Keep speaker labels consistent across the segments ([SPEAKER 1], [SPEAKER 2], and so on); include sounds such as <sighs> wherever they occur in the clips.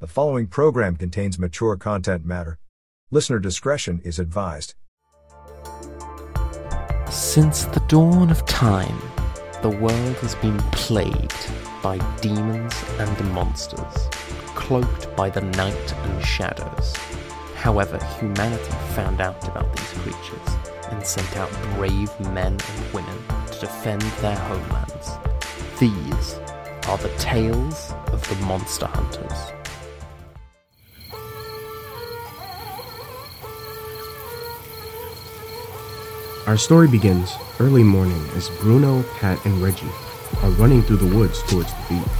[SPEAKER 1] The following program contains mature content matter. Listener discretion is advised.
[SPEAKER 2] Since the dawn of time, the world has been plagued by demons and monsters, cloaked by the night and shadows. However, humanity found out about these creatures and sent out brave men and women to defend their homelands. These are the tales of the monster hunters.
[SPEAKER 3] Our story begins early morning as Bruno, Pat, and Reggie are running through the woods towards the beach.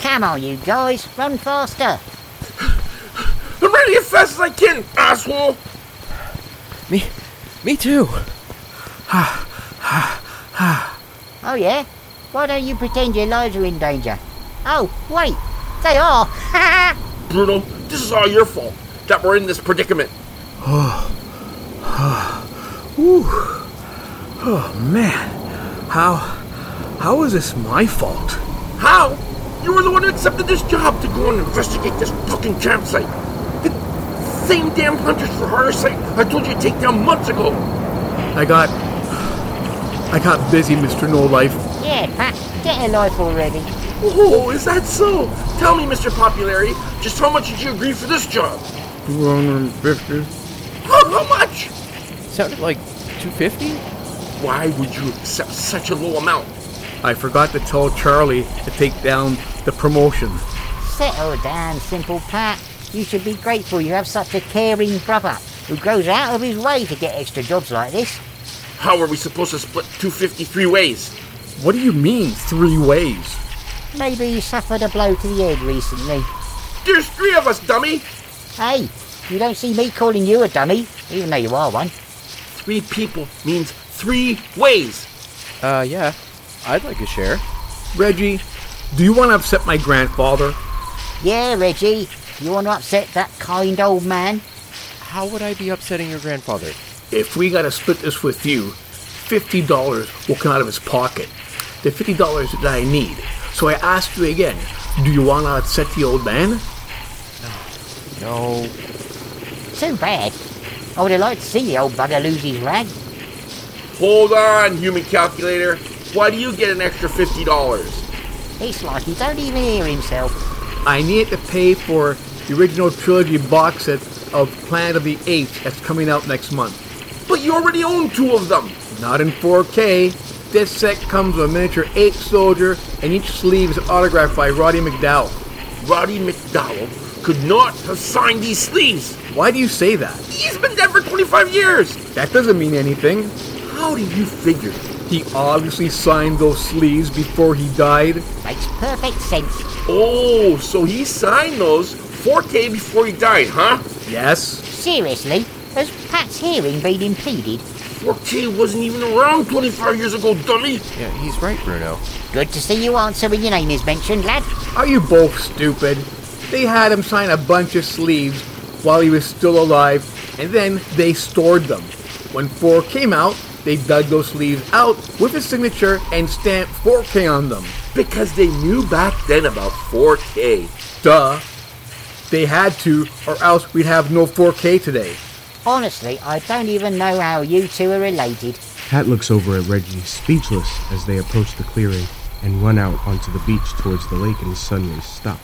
[SPEAKER 4] Come on, you guys, run faster.
[SPEAKER 5] I'm ready as fast as I can, asshole!
[SPEAKER 6] Me, me too.
[SPEAKER 4] Oh, yeah? Why don't you pretend your lives are in danger? Oh, wait, they are. <laughs>
[SPEAKER 5] Bruno, this is all your fault that we're in this
[SPEAKER 6] <sighs>
[SPEAKER 5] predicament.
[SPEAKER 6] Oh, Man, how, how is this my fault?
[SPEAKER 5] How? You were the one who accepted this job to go and investigate this fucking campsite. The same damn hunters for hire site I told you to take down months ago.
[SPEAKER 6] I got, I got busy, Mr. No Life.
[SPEAKER 4] yeah, Pat, get a life already.
[SPEAKER 5] Oh, is that so? Tell me, Mr. Popularity, just how much did you agree for this job?
[SPEAKER 6] 250.
[SPEAKER 5] How, how much?
[SPEAKER 6] Sounded like 250?
[SPEAKER 5] Why would you accept such a low amount?
[SPEAKER 6] I forgot to tell Charlie to take down the promotion.
[SPEAKER 4] Settle down, simple Pat. You should be grateful you have such a caring brother who goes out of his way to get extra jobs like this.
[SPEAKER 5] How are we supposed to split 253 ways?
[SPEAKER 6] What do you mean, three ways?
[SPEAKER 4] Maybe he suffered a blow to the head recently.
[SPEAKER 5] There's three of us, dummy!
[SPEAKER 4] Hey, you don't see me calling you a dummy, even though you are one.
[SPEAKER 5] Three people means three ways.
[SPEAKER 7] Uh, yeah. I'd like a share.
[SPEAKER 6] Reggie, do you want to upset my grandfather?
[SPEAKER 4] Yeah, Reggie, you want to upset that kind old man?
[SPEAKER 7] How would I be upsetting your grandfather?
[SPEAKER 6] If we gotta split this with you, fifty dollars will come out of his pocket. The fifty dollars that I need. So I ask you again, do you wanna upset the old man?
[SPEAKER 7] No.
[SPEAKER 4] Too bad. I would have liked to see the old bugger lose his rag.
[SPEAKER 5] Hold on, human calculator. Why do you get an extra $50?
[SPEAKER 4] It's like he don't even hear himself.
[SPEAKER 6] I need to pay for the original trilogy box set of Planet of the Apes that's coming out next month.
[SPEAKER 5] But you already own two of them.
[SPEAKER 6] Not in 4K. This set comes with a miniature ape soldier, and each sleeve is autographed by Roddy McDowell.
[SPEAKER 5] Roddy McDowell could not have signed these sleeves.
[SPEAKER 6] Why do you say that?
[SPEAKER 5] He's been dead for 25 years.
[SPEAKER 6] That doesn't mean anything.
[SPEAKER 5] How do you figure?
[SPEAKER 6] He obviously signed those sleeves before he died.
[SPEAKER 4] Makes perfect sense.
[SPEAKER 5] Oh, so he signed those 4K before he died, huh?
[SPEAKER 6] Yes.
[SPEAKER 4] Seriously, has Pat's hearing been impeded?
[SPEAKER 5] 4K wasn't even around 25 years ago, dummy.
[SPEAKER 7] Yeah, he's right, Bruno.
[SPEAKER 4] Good to see you answer when your name is mentioned, lad.
[SPEAKER 6] Are you both stupid? They had him sign a bunch of sleeves while he was still alive, and then they stored them. When 4 came out, they dug those sleeves out with his signature and stamped 4K on them.
[SPEAKER 5] Because they knew back then about 4K.
[SPEAKER 6] Duh. They had to, or else we'd have no 4K today.
[SPEAKER 4] Honestly, I don't even know how you two are related.
[SPEAKER 3] Pat looks over at Reggie, speechless, as they approach the clearing and run out onto the beach towards the lake and the sun rays stop.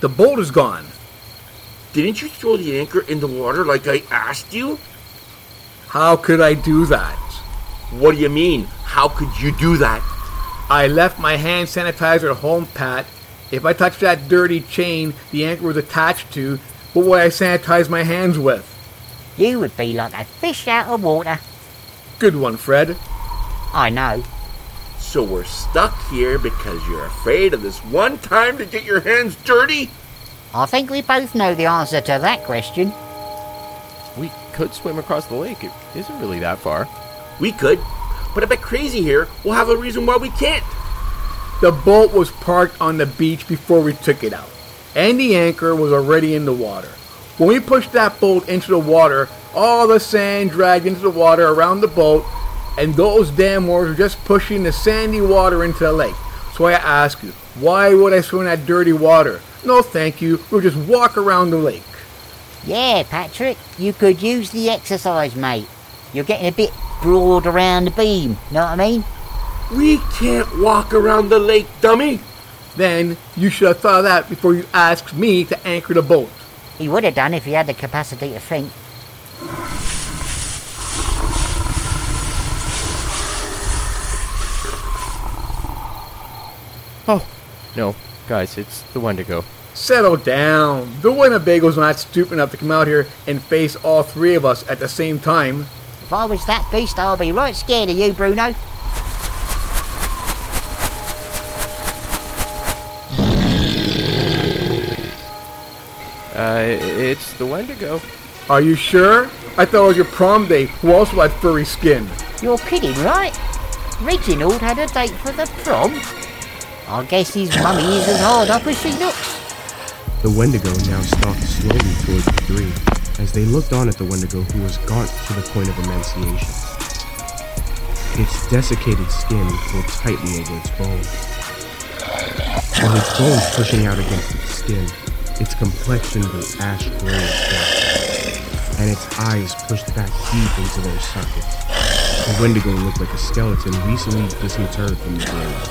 [SPEAKER 6] The boulder's gone.
[SPEAKER 5] Didn't you throw the anchor in the water like I asked you?
[SPEAKER 6] How could I do that?
[SPEAKER 5] What do you mean? How could you do that?
[SPEAKER 6] I left my hand sanitizer at home, Pat. If I touched that dirty chain the anchor was attached to, what would I sanitize my hands with?
[SPEAKER 4] You would be like a fish out of water.
[SPEAKER 6] Good one, Fred.
[SPEAKER 4] I know.
[SPEAKER 5] So we're stuck here because you're afraid of this one time to get your hands dirty?
[SPEAKER 4] I think we both know the answer to that question.
[SPEAKER 7] We could swim across the lake. It isn't really that far.
[SPEAKER 5] We could, but if I crazy here, we'll have a reason why we can't.
[SPEAKER 6] The boat was parked on the beach before we took it out, and the anchor was already in the water. When we pushed that boat into the water, all the sand dragged into the water around the boat, and those damn oars were just pushing the sandy water into the lake. So I ask you, why would I swim in that dirty water? No, thank you. We'll just walk around the lake.
[SPEAKER 4] Yeah, Patrick, you could use the exercise, mate. You're getting a bit broad around the beam, know what I mean?
[SPEAKER 5] We can't walk around the lake, dummy.
[SPEAKER 6] Then you should have thought of that before you asked me to anchor the boat.
[SPEAKER 4] He would have done if he had the capacity to think.
[SPEAKER 7] Oh, no. Guys, it's the Wendigo.
[SPEAKER 6] Settle down. The Winnebago's not stupid enough to come out here and face all three of us at the same time.
[SPEAKER 4] If I was that beast, I'd be right scared of you, Bruno.
[SPEAKER 7] Uh, it's the Wendigo.
[SPEAKER 6] Are you sure? I thought it was your prom date who also had furry skin.
[SPEAKER 4] You're kidding, right? Reginald had a date for the prom? I guess his mummy is as hard up as she looks.
[SPEAKER 3] The Wendigo now stalked slowly towards the three, as they looked on at the Wendigo who was gaunt to the point of emaciation. Its desiccated skin pulled tightly over its bones. While its bones pushing out against its skin, its complexion was ash gray and dark, and its eyes pushed back deep into their sockets. The Wendigo looked like a skeleton recently disinterred from the grave.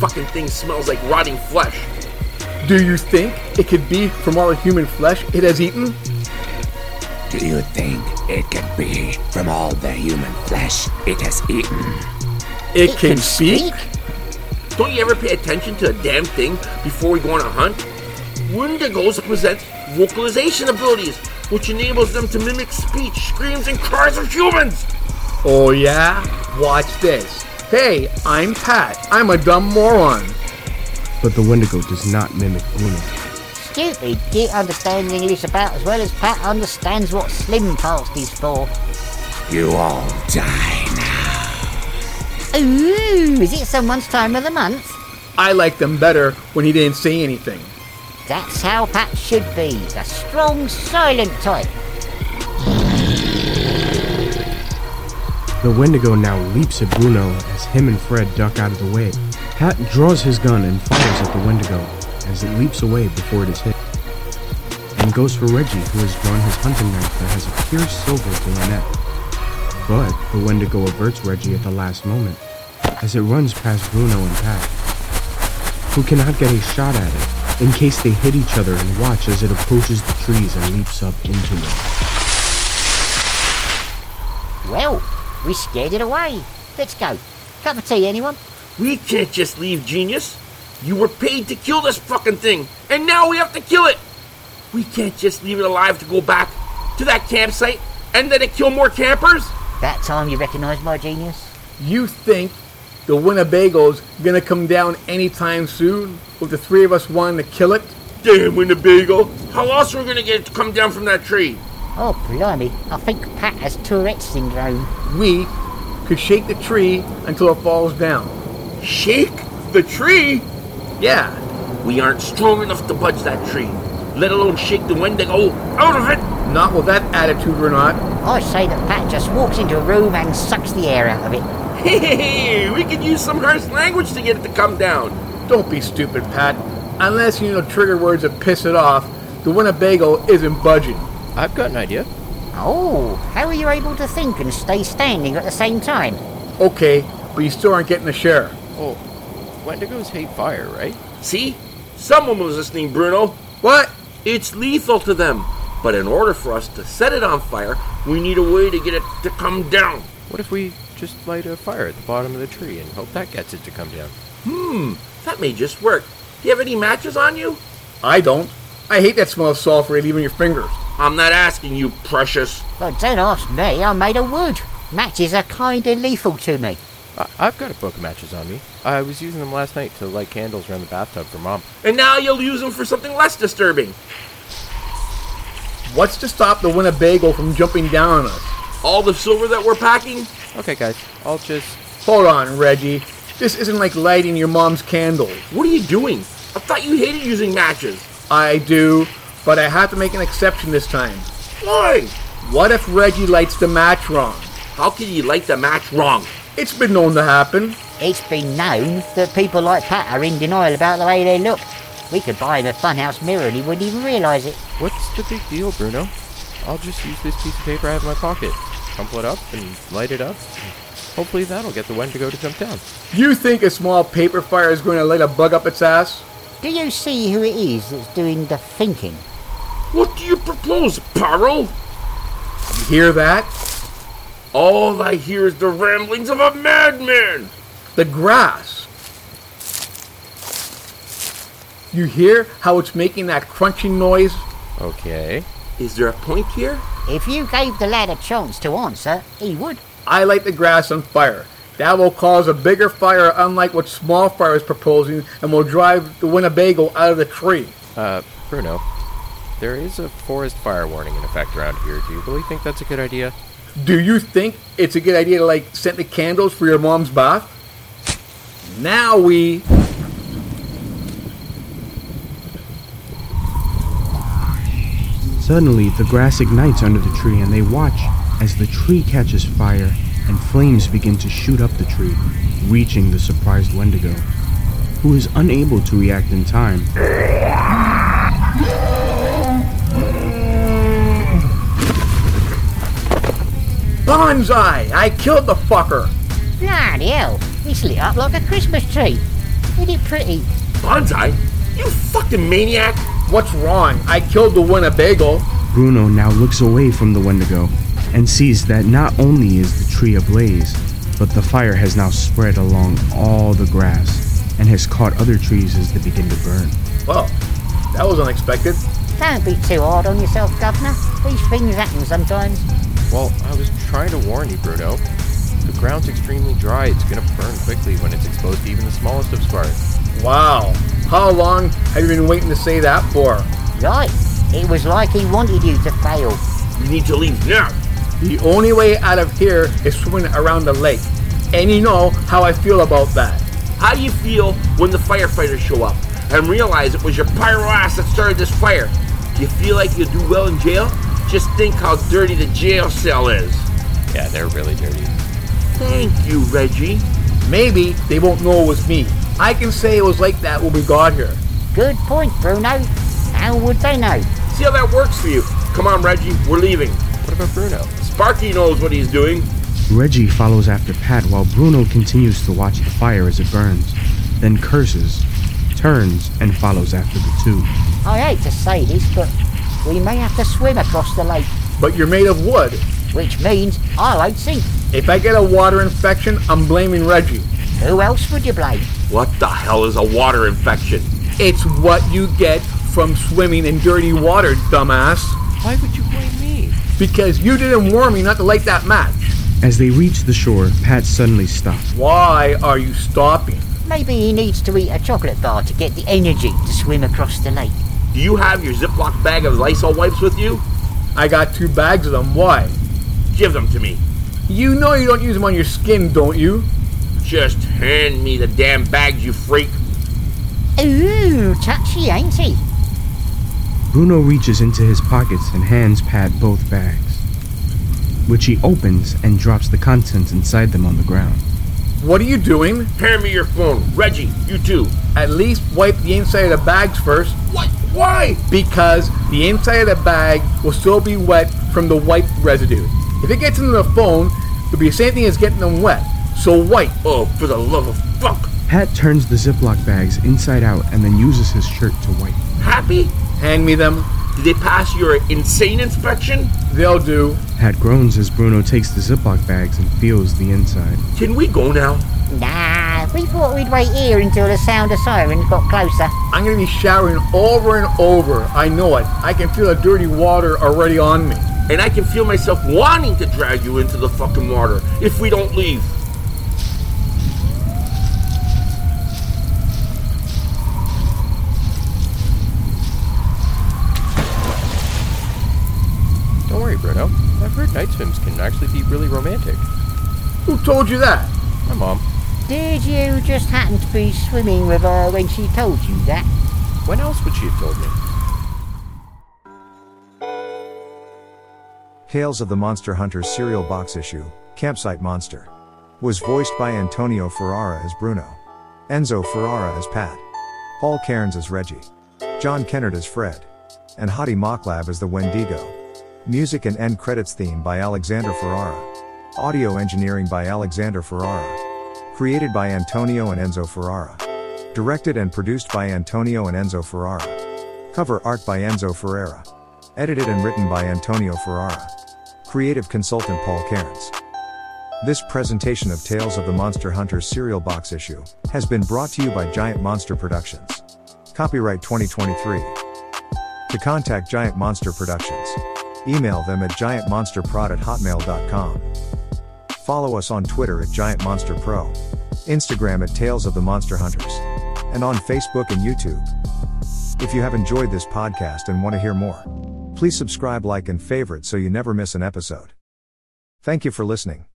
[SPEAKER 5] Fucking thing smells like rotting flesh.
[SPEAKER 6] Do you think it could be from all the human flesh it has eaten?
[SPEAKER 8] Do you think it can be from all the human flesh it has eaten?
[SPEAKER 6] It, can, speak?
[SPEAKER 5] Don't you ever pay attention to a damn thing before we go on a hunt? Wendigos possess vocalization abilities, which enables them to mimic speech, screams, and cries of humans.
[SPEAKER 6] Oh yeah? Watch this. Hey, I'm Pat. I'm a dumb moron.
[SPEAKER 3] But the Wendigo does not mimic Bruno.
[SPEAKER 4] Stupid git understands English about as well as Pat understands what slim past is for.
[SPEAKER 8] You all die now.
[SPEAKER 4] Ooh, is it someone's time of the month?
[SPEAKER 6] I liked them better when he didn't say anything.
[SPEAKER 4] That's how Pat should be, the strong, silent type.
[SPEAKER 3] The Wendigo now leaps at Bruno as him and Fred duck out of the way. Pat draws his gun and fires at the Wendigo as it leaps away before it is hit. And goes for Reggie, who has drawn his hunting knife that has a pierced silver to the neck. But the Wendigo averts Reggie at the last moment as it runs past Bruno and Pat, who cannot get a shot at it in case they hit each other and watch as it approaches the trees and leaps up into them.
[SPEAKER 4] Well, we scared it away. Let's go. Cup of tea, anyone?
[SPEAKER 5] We can't just leave, genius. You were paid to kill this fucking thing, and now we have to kill it. We can't just leave it alive to go back to that campsite and then to kill more campers.
[SPEAKER 4] That time you recognise my genius?
[SPEAKER 6] You think the Winnebago's gonna come down anytime soon with the three of us wanting to kill it?
[SPEAKER 5] Damn Winnebago! How else are we gonna get it to come down from that tree?
[SPEAKER 4] Oh, blimey, I think Pat has Tourette's syndrome.
[SPEAKER 6] We could shake the tree until it falls down.
[SPEAKER 5] Shake the tree?
[SPEAKER 6] Yeah,
[SPEAKER 5] We aren't strong enough to budge that tree, let alone shake the Wendigo out of it. <laughs>
[SPEAKER 6] not with that attitude or not.
[SPEAKER 4] I say that Pat just walks into a room and sucks the air out of it.
[SPEAKER 5] Hey, we could use some harsh language to get it to come down.
[SPEAKER 6] Don't be stupid, Pat. Unless you know trigger words that piss it off, the Winnebago isn't budging.
[SPEAKER 7] I've got an idea.
[SPEAKER 4] Oh, how are you able to think and stay standing at the same time?
[SPEAKER 6] Okay, but you still aren't getting a share.
[SPEAKER 7] Oh, Wendigos hate fire, right?
[SPEAKER 5] See? Someone was listening, Bruno.
[SPEAKER 6] What?
[SPEAKER 5] It's lethal to them. But in order for us to set it on fire, we need a way to get it to come down.
[SPEAKER 7] What if we just light a fire at the bottom of the tree and hope that gets it to come down?
[SPEAKER 5] That may just work. Do you have any matches on you? Uh,
[SPEAKER 6] I don't. I hate that smell of sulfur leaving your fingers.
[SPEAKER 5] I'm not asking you, precious.
[SPEAKER 4] Well, don't ask me, I'm made of wood. Matches are kind of lethal to me.
[SPEAKER 7] I- I've got a book of matches on me. I was using them last night to light candles around the bathtub for Mom.
[SPEAKER 5] And now you'll use them for something less disturbing.
[SPEAKER 6] What's to stop the Winnebago from jumping down on us?
[SPEAKER 5] All the silver that we're packing?
[SPEAKER 7] Okay, guys, I'll just.
[SPEAKER 6] Hold on, Reggie. This isn't like lighting your mom's candle.
[SPEAKER 5] What are you doing? I thought you hated using matches.
[SPEAKER 6] I do, but I have to make an exception this time.
[SPEAKER 5] Why?
[SPEAKER 6] What if Reggie lights the match wrong?
[SPEAKER 5] How can you light the match wrong?
[SPEAKER 6] It's been known to happen.
[SPEAKER 4] It's been known that people like Pat are in denial about the way they look. We could buy him a funhouse mirror and he wouldn't even realise it.
[SPEAKER 7] What's the big deal, Bruno? I'll just use this piece of paper I have in my pocket, crumple it up, and light it up. Hopefully that'll get the Wendigo to jump down.
[SPEAKER 6] You think a small paper fire is going to light a bug up its ass?
[SPEAKER 4] Do you see who it is that's doing the thinking?
[SPEAKER 5] What do you propose, Paro?
[SPEAKER 6] You hear that?
[SPEAKER 5] All I hear is the ramblings of a madman.
[SPEAKER 6] The grass. You hear how it's making that crunching noise?
[SPEAKER 7] Okay.
[SPEAKER 5] Is there a point here?
[SPEAKER 4] If you gave the lad a chance to answer, he would.
[SPEAKER 6] I light the grass on fire. That will cause a bigger fire, unlike what Small Fire is proposing, and will drive the Winnebago out of the tree.
[SPEAKER 7] Uh, Bruno, there is a forest fire warning in effect around here. Do you really think that's a good idea?
[SPEAKER 6] Do you think it's a good idea to like scent the candles for your mom's bath? Now we.
[SPEAKER 3] Suddenly, the grass ignites under the tree, and they watch as the tree catches fire and flames begin to shoot up the tree, reaching the surprised Wendigo, who is unable to react in time.
[SPEAKER 6] Bonsai! I killed the fucker!
[SPEAKER 4] Bloody hell, he's lit up like a Christmas tree. Isn't it pretty?
[SPEAKER 5] Bonsai? You fucking maniac!
[SPEAKER 6] What's wrong? I killed the Winnebago.
[SPEAKER 3] Bruno now looks away from the Wendigo and sees that not only is the tree ablaze, but the fire has now spread along all the grass and has caught other trees as they begin to burn.
[SPEAKER 6] Well, that was unexpected.
[SPEAKER 4] Don't be too hard on yourself, Governor. These things happen sometimes.
[SPEAKER 7] Well, I was trying to warn you, Bruno. The ground's extremely dry. It's gonna burn quickly when it's exposed to even the smallest of sparks.
[SPEAKER 6] Wow. How long have you been waiting to say that for?
[SPEAKER 4] Right, it was like he wanted you to fail.
[SPEAKER 5] We need to leave now.
[SPEAKER 6] The only way out of here is swimming around the lake. And you know how I feel about that.
[SPEAKER 5] How do you feel when the firefighters show up and realize it was your pyro ass that started this fire? Do you feel like you'll do well in jail? Just think how dirty the jail cell is.
[SPEAKER 7] Yeah, they're really dirty.
[SPEAKER 5] Thank you, Reggie.
[SPEAKER 6] Maybe they won't know it was me. I can say it was like that when we got here.
[SPEAKER 4] Good point, Bruno. How would they know?
[SPEAKER 5] See how that works for you. Come on, Reggie, we're leaving.
[SPEAKER 7] What about Bruno?
[SPEAKER 5] Sparky knows what he's doing.
[SPEAKER 3] Reggie follows after Pat while Bruno continues to watch the fire as it burns, then curses, turns, and follows after the two.
[SPEAKER 4] I hate to say this, but we may have to swim across the lake,
[SPEAKER 6] But you're made of wood.
[SPEAKER 4] which means I won't sink.
[SPEAKER 6] If I get a water infection, I'm blaming Reggie.
[SPEAKER 4] Who else would you blame?
[SPEAKER 5] What the hell is a water infection?
[SPEAKER 6] It's what you get from swimming in dirty water, dumbass.
[SPEAKER 7] Why would you blame me?
[SPEAKER 6] Because you didn't warn me not to light that match.
[SPEAKER 3] As they reach the shore, Pat suddenly stops.
[SPEAKER 6] Why are you stopping?
[SPEAKER 4] Maybe he needs to eat a chocolate bar to get the energy to swim across the lake.
[SPEAKER 5] Do you have your Ziploc bag of Lysol wipes with you?
[SPEAKER 6] I got two bags of them. Why?
[SPEAKER 5] Give them to me.
[SPEAKER 6] You know you don't use them on your skin, don't you?
[SPEAKER 5] Just hand me the damn bags, you freak.
[SPEAKER 4] Ooh, touchy, ain't he?
[SPEAKER 3] Bruno reaches into his pockets and hands Pat both bags, which he opens and drops the contents inside them on the ground.
[SPEAKER 6] What are you doing?
[SPEAKER 5] Hand me your phone. Reggie, you too.
[SPEAKER 6] At least wipe the inside of the bags first
[SPEAKER 5] What? Why?
[SPEAKER 6] because the inside of the bag will still be wet from the wipe residue. If it gets into the phone, it'll be the same thing as getting them wet. So wipe.
[SPEAKER 5] Oh, for the love of fuck.
[SPEAKER 3] Pat turns the Ziploc bags inside out and then uses his shirt to wipe.
[SPEAKER 5] Happy?
[SPEAKER 6] Hand me them.
[SPEAKER 5] Did they pass your insane inspection?
[SPEAKER 6] They'll do.
[SPEAKER 3] Pat groans as Bruno takes the Ziploc bags and feels the inside.
[SPEAKER 5] Can we go now?
[SPEAKER 4] Nah, we thought we'd wait here until the sound of siren got closer.
[SPEAKER 6] I'm gonna be showering over and over. I know it. I can feel the dirty water already on me.
[SPEAKER 5] And I can feel myself wanting to drag you into the fucking water if we don't leave.
[SPEAKER 7] Don't worry, Bruno. I've heard night swims can actually be really romantic.
[SPEAKER 6] Who told you that?
[SPEAKER 7] My mom.
[SPEAKER 4] Did you just happen to be swimming with her when she told you that?
[SPEAKER 7] When else would she have told me?
[SPEAKER 1] Tales of the Monster Hunters Serial Box Issue Campsite Monster, was voiced by Antonio Ferrara as Bruno, Enzo Ferrara as Pat, Paul Cairns as Reggie, John Kennard as Fred, and Hadi Maklab as the Wendigo. Music and end credits theme by Alexander Ferrara. Audio engineering by Alexander Ferrara. Created by Antonio and Enzo Ferrara. Directed and produced by Antonio and Enzo Ferrara. Cover art by Enzo Ferrara. Edited and written by Antonio Ferrara. Creative consultant Paul Cairns. This presentation of Tales of the Monster Hunters cereal box issue has been brought to you by Giant Monster Productions. Copyright 2023. To contact Giant Monster Productions, email them at giantmonsterprod at hotmail.com. Follow us on Twitter at Giant Monster Pro, Instagram at Tales of the Monster Hunters, and on Facebook and YouTube. If you have enjoyed this podcast and want to hear more, please subscribe, like, and favorite so you never miss an episode. Thank you for listening.